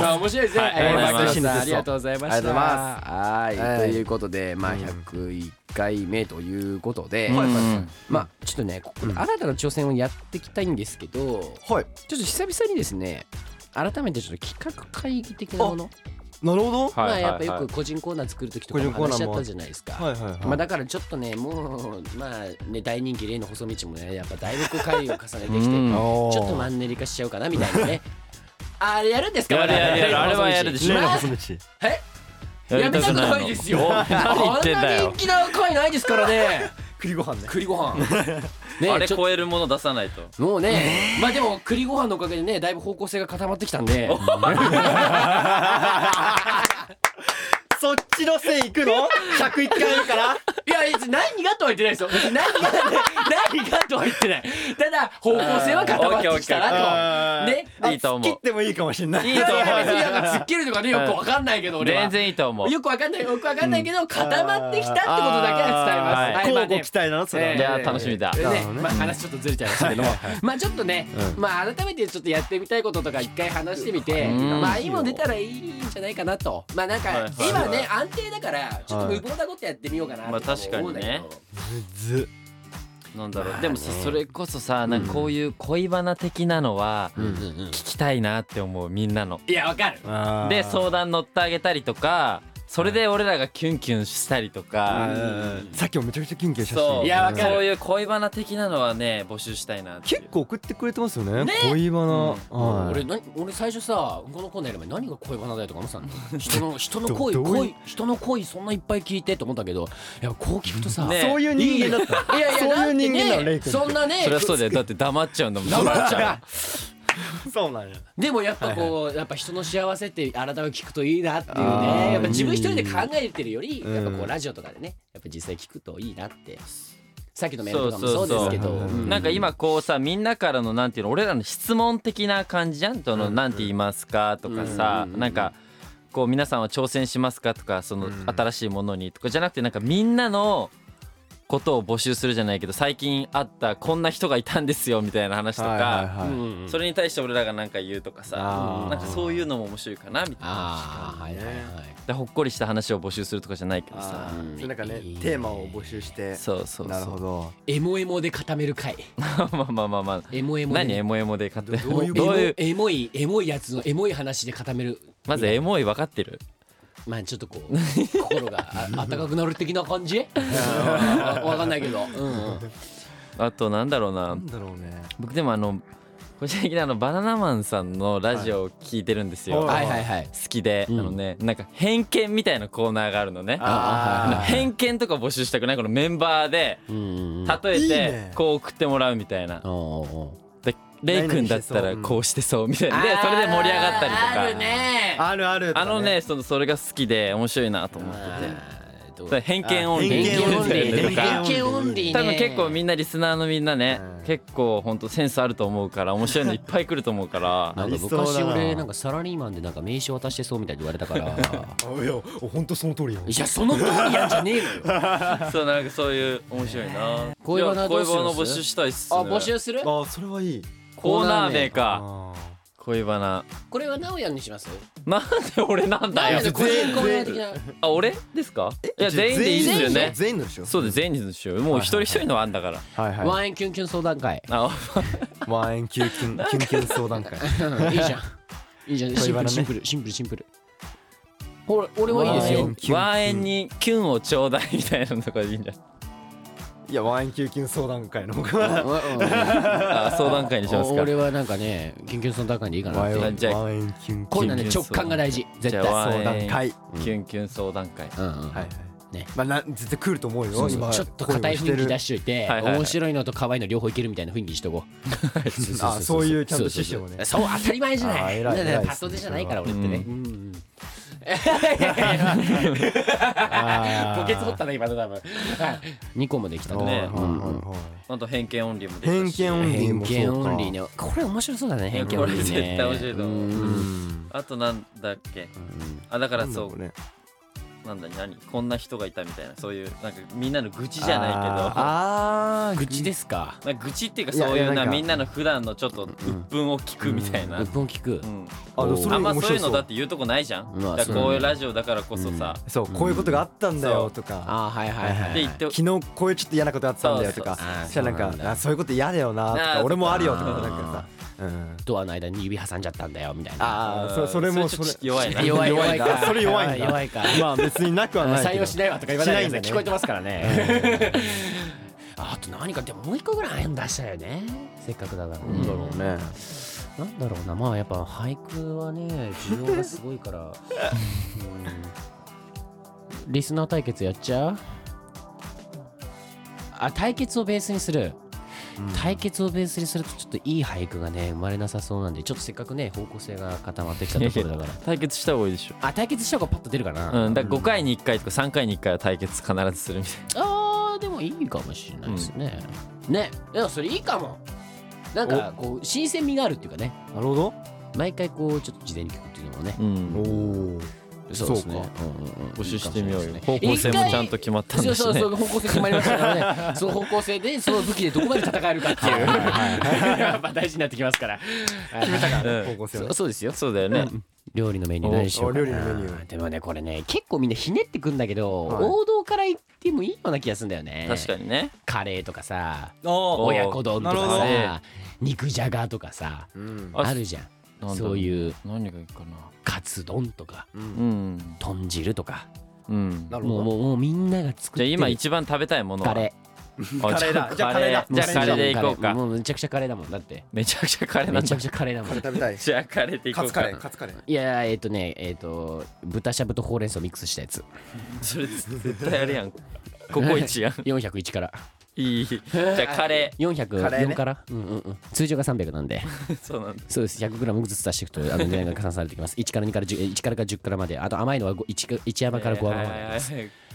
S2: あ面白いですね。
S4: はい
S2: えー
S4: ありがとうご
S2: マ
S4: ざいます
S2: キさんありがとうございました。
S1: ありがとうございます
S2: はい、
S1: はい
S2: ということで、まあ101回目ということで、まあちょっとね、ここで新たな挑戦をやっていきたいんですけど、ちょ
S1: はい
S2: っと久々にですね、改めてちょっと企画会議的なもの、
S1: なるほど
S4: はい
S2: まあやっぱ
S4: はい
S2: よ
S4: はい
S2: く個人コーナー作る時とか
S1: 個
S2: も
S1: 人コーナ
S2: 話
S1: ーも
S2: しちゃったじゃないですか。
S1: はいはい
S2: まあ
S1: は
S2: だからちょっとねもうまあね大人気例の細道もねやっぱだいぶこう回を重ねてきて、
S4: うん
S1: いおー
S2: ちょっとマンネリ化しちゃうかなみたいなね。あれやるんですか
S4: やるやるやる
S2: まだ
S4: あれはやるでし
S1: 例
S4: ょ
S1: の
S2: まあ
S1: 細道
S2: えやめたくないですよ。
S4: お何言ってんだ
S2: あんな
S4: よ
S2: 人気な回ないですからね。
S1: 栗ご飯ね
S2: 栗ご飯。ね
S4: あれ
S2: ちょっ
S4: 超えるもの出さないと
S2: ともうね、まあでも栗ご飯のおかげでね、だいぶ方向性が固まってきたんで。
S1: そっちの線行くの ?101 回目から
S2: いやいや何がとは言ってないですよ別に何が何がとは言ってないただ方向性は固まってきたな
S1: あー
S2: ね
S4: いいと思
S1: 切っ
S4: う
S1: てもいいかもしれない
S2: といいと思う別になんか突っ切るとかねよくわかんないけど俺は
S4: 全然いいと思う
S2: よくわかんないよくわかんないけど固まってきたってことだけは伝えますはいまあ
S1: 交
S2: ね
S1: 互期待なのそれ
S4: いやー楽しみだ
S2: ね
S1: なるほどね
S2: まあ、話ちょっとずれちゃいましたけども、まあちょっとね、まあ改めてちょっとやってみたいこととか一回話してみて、
S4: うん
S2: まあいいもん出たらいいんじゃないかなと。まあなん
S4: はい
S2: か
S4: はい
S2: 今ね安定だからちょっと無謀なことやってみようかな
S4: まあ
S2: とかも思うんだけど。
S4: 確か
S1: ず
S4: なんだろうでもさそれこそさなんかこういう恋バナ的なのは
S2: うんうん
S4: 聞きたいなって思うみんなの。
S2: いやわかる。
S4: で相談乗ってあげたりとかそれで俺らがキュンキュンしたりとか
S1: さっきもめちゃくちゃ緊急写
S4: そ
S1: 真
S4: うい
S2: やわかる
S4: そういう恋バナ的なのはね募集したいなっていう
S1: 結構送ってくれてますよね
S2: ね
S1: 恋バナ
S4: ん
S1: はい
S2: 俺な俺最初さこのコーナーやれば何が恋バナだよとか思ってたんだ よ人の人の恋
S1: どどういう
S2: 恋人の恋そんないっぱい聞いてと思ったけどいやこう聞くとさ、
S4: ね
S1: そういう人間だった
S2: いやいや
S1: そういう人間な
S2: だっ
S1: の
S2: て
S1: レイ
S2: ね
S1: 君
S2: そんなね
S4: それはそうだよだって黙っちゃうんだも ん
S2: 黙っちゃう
S1: そうなんや
S2: でもやっぱこうやっぱ人の幸せって改めて聞くといいなっていう
S1: あ
S2: ね
S1: ー
S2: やっぱ自分一人で考えてるより
S1: うん
S2: やっぱこうラジオとかでねやっぱ実際聞くといいなってさっきのメー
S4: そ
S2: ル
S4: う
S2: とか
S4: そ
S2: もそううで
S4: そ
S2: すけ
S4: う
S2: ど
S1: うん
S4: なんか今こうさみんなからのなんていうの俺らの質問的な感じじゃんそのなんて言いますかとかさ
S2: うん
S4: なんかこう皆さんは挑戦しますかとかその
S1: うん
S4: 新しいものにとかじゃなくてなんかみんなのことを募集するじゃないけど最近あったこんな人がいたんですよみたいな話とか
S1: はいはいはい
S4: それに対して俺らがなんか言うとかさ
S1: あー
S4: なんかそういうのも面白いかなみたい
S2: ああはいはいはい
S4: なほっこりした話を募集するとかじゃないけど
S1: あ
S4: さ
S1: ーそれなんかねテーマを募集して
S4: そうそうそう
S1: なるほど
S2: エモエモで固める回
S4: まあまあまあまあ
S2: エモエモで
S4: 何エモエモで買って
S1: どういう
S4: どういう
S2: エモいエモいやつのエモい話で固める
S4: まずエモい分かってる
S2: まあちょっとこう 心があ温かくなる的な感じわわかんないけどうんうん
S4: あとなんだろうな
S1: なんだろうね
S4: 僕でもあの個人的にあのバナナマンさんのラジオを聞いてるんですよ、
S1: はい
S2: はいはいはい
S4: 好きで、
S2: うん
S4: あのねなんか偏見みたいなコーナーがあるのね
S1: あー
S4: 偏見とか募集したくないこのメンバーで
S2: うん
S4: 例え
S1: いい
S4: て
S1: ね
S4: こう送ってもらうみたいな、
S2: おうおう
S4: でレイ君だったらこうしてそうみたいなでそれで盛り上がったりとか
S2: あるね
S1: あるあると
S4: あ
S1: か
S4: のねそのそれが好きで面白いなと思ってて
S2: あーどう
S4: それ偏見オンリー
S1: 偏見オンリーね
S4: とか
S1: 偏見オンリ
S4: 多分結構み
S2: ん
S4: んなリスナーのみんなね、
S1: うん
S4: 結構ほんとセンスあると思うから面白いのいっぱい来ると思うから
S2: なんか昔俺なんかサラリーマンでなんか名刺渡してそうみたいに言われたから
S1: あいや本当その通りよ
S2: いやその通りやんじゃねえのよ
S4: そうなんかそういう面白いな
S2: 恋バナどうする
S4: いや恋バナ募集したいっす、
S2: あ
S4: ね、
S2: 募集する
S1: あそれはいい
S4: コーナー名か
S1: あ
S4: 恋バナ
S2: これは直哉にします
S4: なんで俺なんだ
S2: 直
S4: よ
S2: 哉の個人コーナー的な
S4: あ俺ですかい
S1: ー
S4: や全員でいいですよね
S1: 全員のでしょ
S4: そうです全員でしようもう一人一人のあんだから
S1: はいは
S2: ワンエンキュンキュン相談会
S4: あ
S1: いワンエンキュンキュンキュンキュン相談会
S2: うんいいじゃんいいじゃんシンプルシン
S1: 恋
S2: プルシンプルシンプルほら俺はいいです
S1: ワンエ
S2: よ
S1: ンキュン
S4: ワンエンにキュンをちょうだいみたいなのがいいんじゃん
S1: いやワンエンキュンキュン相談会の僕は
S2: うんうん
S4: あ相談会にしますか
S2: 俺はなんかねキュンキュン相談会でいいかな
S1: ワ
S2: っ
S1: ンエ
S2: て
S4: は
S1: ン
S4: いじゃあ
S1: ワンエンキュンキ
S2: こう
S1: ュ
S2: い
S1: ン
S2: うのはね
S4: キュ
S2: 直
S4: ンキュン
S2: 感が大事絶
S4: じゃ
S2: 対
S4: あワン
S1: 相
S4: エ
S1: 談
S4: ン
S1: 会
S4: キュンキュン相談会
S2: うんうん
S1: はいはい
S2: ね
S1: まあな絶対来ると思うよ
S2: そうそう
S1: 今
S2: ちょっと硬い雰囲気出しといて
S4: はいはいはい
S2: 面白いのと可愛いの両方いけるみたいな雰囲気にしとこう
S1: あそういうちゃんと趣旨をね
S2: そうそうそう当たり前じゃ
S1: あ
S2: な
S1: ー
S2: い
S1: 偉い偉い
S2: ね
S1: ですね
S2: パソでじゃないから俺ってねうん
S1: あ
S2: ポケツ掘ったね今の多分2個もできた
S1: ー
S2: ね
S4: ね
S1: はいはいはい
S4: あと偏見オンリーもでき
S1: 偏
S4: たし
S1: 見オンリー
S2: 偏
S1: も
S2: 見
S1: そう
S2: オ
S1: か
S2: ンリーねこれ面白そうだね偏見
S4: こ
S2: オンリ
S4: れ
S2: ーね
S4: 絶対面白いと思う
S1: うん
S4: あとなんだっけあだからそう
S1: ね
S4: なんだ何こんな人がいたみたいなそういうなんかみんなの愚痴じゃないけど
S1: あーあー
S2: 愚痴ですか
S4: なんか愚痴っていうか
S1: いや
S4: そういう
S1: いやな
S4: なん
S1: か
S4: みんなの普段のちょっと鬱憤を聞くみたいな、う
S2: 一本聞く
S4: ん
S1: あでもそれ
S4: あんま
S1: 面
S4: そう
S1: 白
S4: いう
S1: そ
S4: のだっ
S1: う
S4: て言うとこないじゃん、
S2: まあ
S4: だからこうい
S2: そう
S4: う
S2: だね
S4: ラジオだからこそさ、
S1: そうこういうことがあったんだよとか
S2: あーはいはいはい
S4: で言って
S1: 昨日こういうちょっと嫌なことあったんだよとか
S4: そう
S2: そうそう
S1: じゃなん
S2: あーそうなん
S1: か
S2: だ
S1: あそういうこと嫌だよなと
S4: あーそっ
S1: か
S4: か
S1: 俺もあるよとかなんかさうん
S2: ドアの間に指挟んじゃったんだよみたいな
S1: ああ
S4: う
S1: そ
S4: ん
S1: それも
S4: ち
S1: そ
S4: ょっ
S1: れ
S4: と弱いな
S2: 弱い弱いか
S1: それ弱いんだ
S2: あー弱いか
S1: まあ別になくはないけど
S2: 採用しないわとか言わないでください
S1: し
S2: 聞
S1: な
S2: こ
S1: い
S2: えてますからねあと何かでももう一個ぐらいああいうの出したいよねせっかくだから
S1: なんだろうね
S2: なんだろうなまあやっぱ俳句はね需要がすごいからうんリスナー対決やっちゃうあ対決をベースにする対決をベースにするとちょっといい俳句がね生まれなさそうなんでちょっとせっかくね方向性が固まってきたところだから
S4: 対決した方がいいでしょ
S2: あ対決した方がパッと出るかな、
S4: うん、だから5回に1回とか3回に1回は対決必ずするみたい
S2: あいいかもしれないですね。ね、でもそれいいかも。なんかこう新鮮味があるっていうかね、
S1: なるほど
S2: 毎回こうちょっと事前に聞くっていうのもね。
S4: う
S1: お
S4: ん
S1: お
S2: そうですね
S1: そう。
S2: うんうんうん
S4: 募集してみようよ
S2: いいか
S4: 方
S2: もしれない
S4: 向
S2: です
S4: 性
S2: ね
S4: もちゃんと決まったん
S2: そう
S4: だし
S2: そう
S4: ね
S2: そう方向性決まりましたからねその方向性でその武器でどこまで戦えるかっていうやっぱ大事になってきますから決めたか
S1: 高校生
S2: そうそうですよ
S4: そうだよね
S2: 料理のメニュー何しようかな
S1: お料理のメニュー
S2: でもねこれね結構みんなひねってくんだけど、
S1: はい
S2: 王道から言ってもいいような気がするんだよね
S4: 確かにね
S2: カレーとかさ
S4: お
S2: 親子丼とか
S4: なる
S2: さ肉じゃがとかさ
S1: うん
S2: あるじゃ
S4: なんだろ
S2: んそういう
S4: 何がいいかな
S2: カツ丼とか
S4: うん
S2: 豚汁とか
S4: うん
S1: なる
S2: も
S1: ほ
S2: うも
S1: ど
S2: うもうみんなが作っ
S4: じゃあ
S2: てる
S4: 今一番食べたいものは
S2: カレ
S1: カ
S4: あ
S1: レーだじゃあカレーだ
S4: じゃあ
S2: ー
S4: カレーでいこう
S2: カレーも
S4: か
S2: うめちゃくちゃカレーだもんだって
S4: めちゃくちゃカレーな
S2: め
S4: ん
S2: ちゃ
S4: だ
S2: くちゃカレーだもん
S1: 食べた い
S4: じゃあカレーでいこ
S1: カ
S4: う
S1: ツカ
S4: か
S1: レーカツカレー
S2: いやえっ、とねえっ、と豚しゃぶとほうれん草ミックスしたや つ
S4: それ絶対あれやんココイチやん
S2: 401から
S4: いいじゃあ
S1: カ
S4: カレ
S1: レーね
S2: 404から、うんうんうん、通常が300なんで
S4: ーそうなんだ
S2: そうです 100g ずつ足していくとあの値段が加算されてきます1から2から 10, え1からか10からまであと甘いのは 1, 1甘から5甘まで、
S4: はいはいはい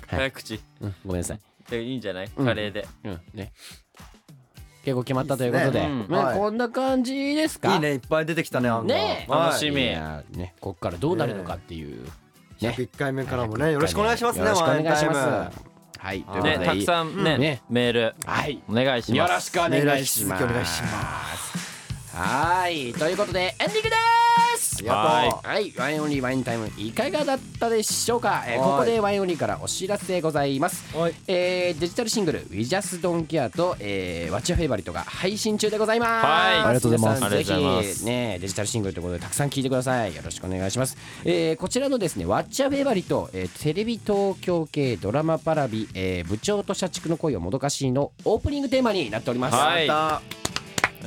S4: 早口
S2: うん、ごめんなさい、
S4: でいいんじゃない
S2: うん
S4: カレーで
S2: うんね、結構決まったということで
S4: いいっすねうん
S2: まあ
S1: はい
S2: こんな感じですか
S1: いいねいっぱい出てきたね案が
S2: ねえ
S1: はい
S4: 楽しみ
S2: いやねこっからどうなるのかっていう、ね
S1: 101回目からも
S2: は
S1: ねよろしくお願いしますね
S2: よろしくお願い
S1: ワンエンタ
S2: しま
S1: イ
S2: すはいということで
S4: ねたくさん
S2: うん
S4: ね
S2: ね
S4: メール
S2: はい
S4: お願いし
S2: よ
S4: ます
S2: ろしくお願いします。
S1: お願いし
S2: はーい、ということでエンディングです。
S1: ムありがとう
S2: はい、ワインオンリーワインタイムいかがだったでしょうか。えー
S1: はい
S2: ここでワインオンリーからお知らせございます。
S1: はい
S2: えーデジタルシングル「We Just Don't Care と」えー「What's Your Favorite」が配信中でございます。
S4: はいあり
S1: がとうございます
S2: 皆さん
S4: ありがとうござい
S2: ぜ
S4: ま
S2: ひ
S4: す
S2: ねデジタルシングルということでたくさん聴いてください。よろしくお願いします。えーこちらのですね「What's Your Favorite、えー」テレビ東京系ドラマパラビ、えー部長と社畜の恋をもどかしい」のオープニングテーマになっております。
S4: はい
S1: ま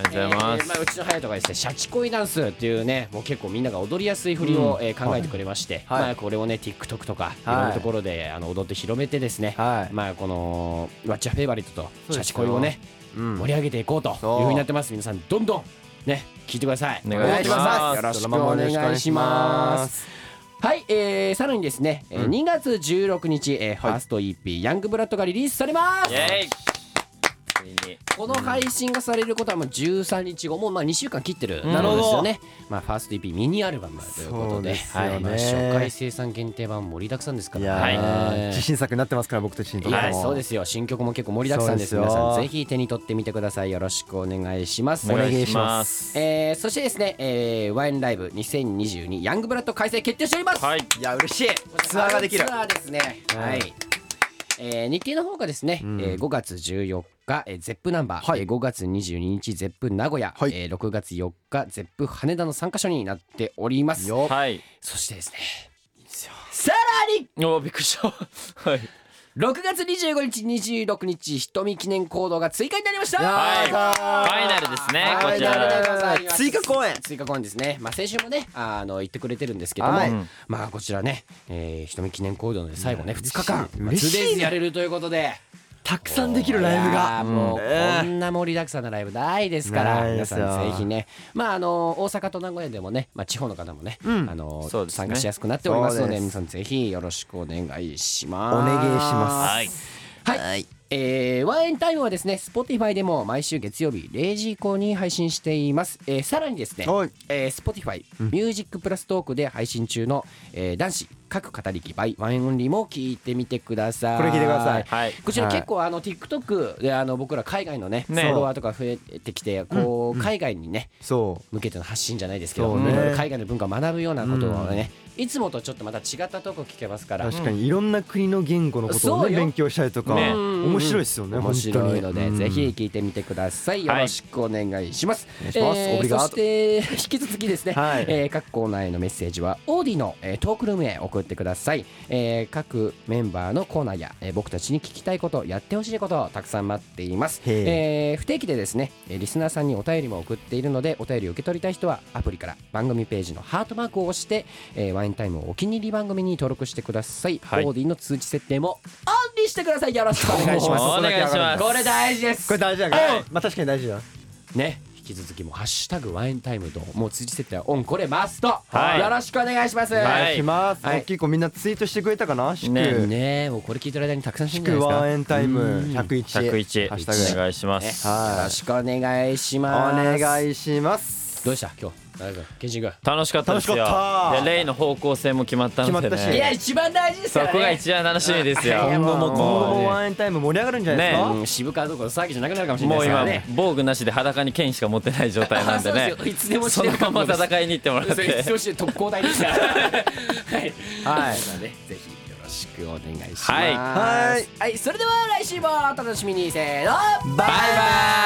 S4: ありがとうございま
S2: えーまあ、
S4: す
S2: うちの隼人がですねシャチ恋ダンスっていうねもう結構みんなが踊りやすい振りを、えー考えてくれまして、
S1: はい
S2: まあ、これをね TikTok とかい
S1: はい
S2: ろんなところで、あの踊って広めてですね、
S1: たはい
S2: まあ、この「ワッチャーフェイバリット」と
S1: そう
S2: シャ
S1: ですよ
S2: チ恋をね
S1: うん
S2: 盛り上げていこうというふ
S1: そう
S2: うになってます皆さんどんどんね聞いてください
S4: お願いします
S2: よろしくお願いします
S1: す
S2: はい、えー、さらにですね、えー2月16日、えーファースト EP、ヤングブラッドがリリースされます
S4: イエーイついに
S2: この配信がされることはもう13日後もうまあ2週間切ってる
S4: なるほど
S2: ですよね、まあ、ファースト EP ミニアルバムということで
S1: そうですよね
S2: はいまあ初回生産限定版盛りだくさんですか
S1: いや
S2: らはい
S1: ー自信作になってますから僕たちにとっても
S2: はいそうですよ新曲も結構盛りだくさんです
S1: そうで
S2: 皆
S1: すよ
S2: さんぜひ手に取ってみてくださいよろしくお願いします
S4: お願
S1: お願
S4: い
S1: い
S4: し
S1: し
S4: ま
S1: ます
S2: えーそしてですね、えーワインライブ2022ヤングブラッド開催決定しております、
S4: はい
S1: いや嬉しいツアーができる
S2: ツアーですね。はい。えー日程の方がですね、
S1: ん
S2: えー5月14日、えー、ゼップナンバー、
S1: はい
S2: えー5月22日ゼップ名古屋、
S1: はい
S2: えー6月4日ゼップ羽田の3カ所になっております
S1: よ
S4: はい
S2: そしてですねさらに
S4: おーびっくりした はい
S2: 6月25日26日瞳記念行動が追加になりました
S4: はいファイナルですねこ
S2: はい
S4: ち
S2: ファイナル
S4: ら
S2: でございます
S1: 追加公演
S2: 追加公演ですね、まあ、先週もねあの言ってくれてるんですけども、
S1: はい
S4: うん
S2: まあこちらね、えー、瞳記念行動で最後ね
S1: うん
S2: 2日間
S1: 嬉しい
S2: 2days やれるということで
S1: たくさんできるライブ
S2: いや
S1: が
S2: ーもう
S1: え
S2: こんな盛りだくさんのライブないですから、
S1: ない
S2: 皆
S1: です
S2: さ
S1: よ
S2: んぜひねまああの大阪と名古屋でもね、まあ、地方の方もね、あの
S4: そうですね
S2: 参加しやすくなっておりますの
S1: そう
S2: で
S1: です
S2: 皆さんぜひよろしくお願いします
S1: お願いします
S4: はい
S2: はい、えーワンエンタイムはですね Spotify でも毎週月曜日0時以降に配信しています、えーさらにですね、
S1: はい
S2: えー、Spotify、ミュージックプラストークで配信中の、えー男子各語り機 by ワンエンオンリーも聞いてみてください
S1: これ聞いてください
S4: はい
S2: こちら
S1: はい
S2: 結構あの TikTok であの僕ら海外のねフ
S4: ね
S2: ォロワーとか増えてきてこう海外にね
S1: そ
S2: 向けての発信じゃないですけど
S1: そうね
S2: いろいろ海外の文化を学ぶようなことをねいつもとちょっとまた違ったとこ聞けますから
S1: う確かにいろんな国の言語のこと
S2: そ
S1: を
S2: う
S1: ね
S2: よ
S1: 勉強したりとか
S4: ね
S1: 面白いですよね
S2: 面白いので
S1: 本当
S2: ぜ
S1: に
S2: ひ聞いてみてくださいよろしくお願いします
S1: お願いします
S2: えー
S1: オブリガード
S2: そして引き続きです ね
S1: はい
S2: えー各コーナーへのメッセージはオーディのえートークルームへ送ってくださいえー各メンバーのコーナーやえー僕たちに聞きたいことやってほしいことをたくさん待っています
S1: へえ
S2: えー不定期でですねえーリスナーさんにお便りも送っているのでお便りを受け取りたい人はアプリから番組ページのハートマークを押してえーワインタイムをお気に入り番組に登録してくださいオ
S4: はい
S2: ーディの通知設定もオンにしてくださいよろしくお願いします
S4: お願いします
S2: これ大事です
S1: これ大事だからまあ確かに大事だ
S2: ね引きき続きもうハッシュタグワインタイムともう通じ設定はオンこれマスト、
S4: はい
S2: よろしくお願いします。
S4: はい
S1: します、
S2: はい
S1: 大きい子みんなツイートしてくれたかな祝、
S4: ね
S2: ねえもうこれ聞いてる間にたくさんしてんじゃ
S1: 祝
S2: ないですか
S1: ワ。ンエンタイム101
S4: 101
S1: ハッシュタグ
S4: お願いします、
S1: はい
S2: よろしくお願いし
S1: お
S2: ます。
S1: 願いします
S2: どうでした今日。長谷川君、ケンシン君。
S4: 楽しかったですよ
S1: 楽しかった
S4: いやレイの方向性も決まったんで
S1: 決まった
S4: ね
S1: し
S2: いや一番大事です
S4: そ
S2: からね。
S4: こが一番楽しみです
S2: いや
S4: よ
S1: 今後も
S2: もう
S1: 今後もワンエンタイム盛り上がるんじゃないですか、
S4: ね
S2: うん渋川どころ騒ぎじゃなくなるかもしれない
S4: も
S2: です
S4: う
S2: から
S4: 今
S2: ね。
S4: 防具なしで裸に剣しか持ってない状態なんで
S2: あ
S4: ね
S2: そうですよいつでも
S4: そのまま戦いに行ってもらっ
S2: それ
S4: て
S2: 一押しで特攻隊ですから。はい。
S1: はい
S2: そうだねぜひよろしくお願いします。
S4: はい
S1: はい
S2: はい。それでは来週もお楽しみにせ
S1: バイ
S2: ーの。
S1: バ
S4: バイバイ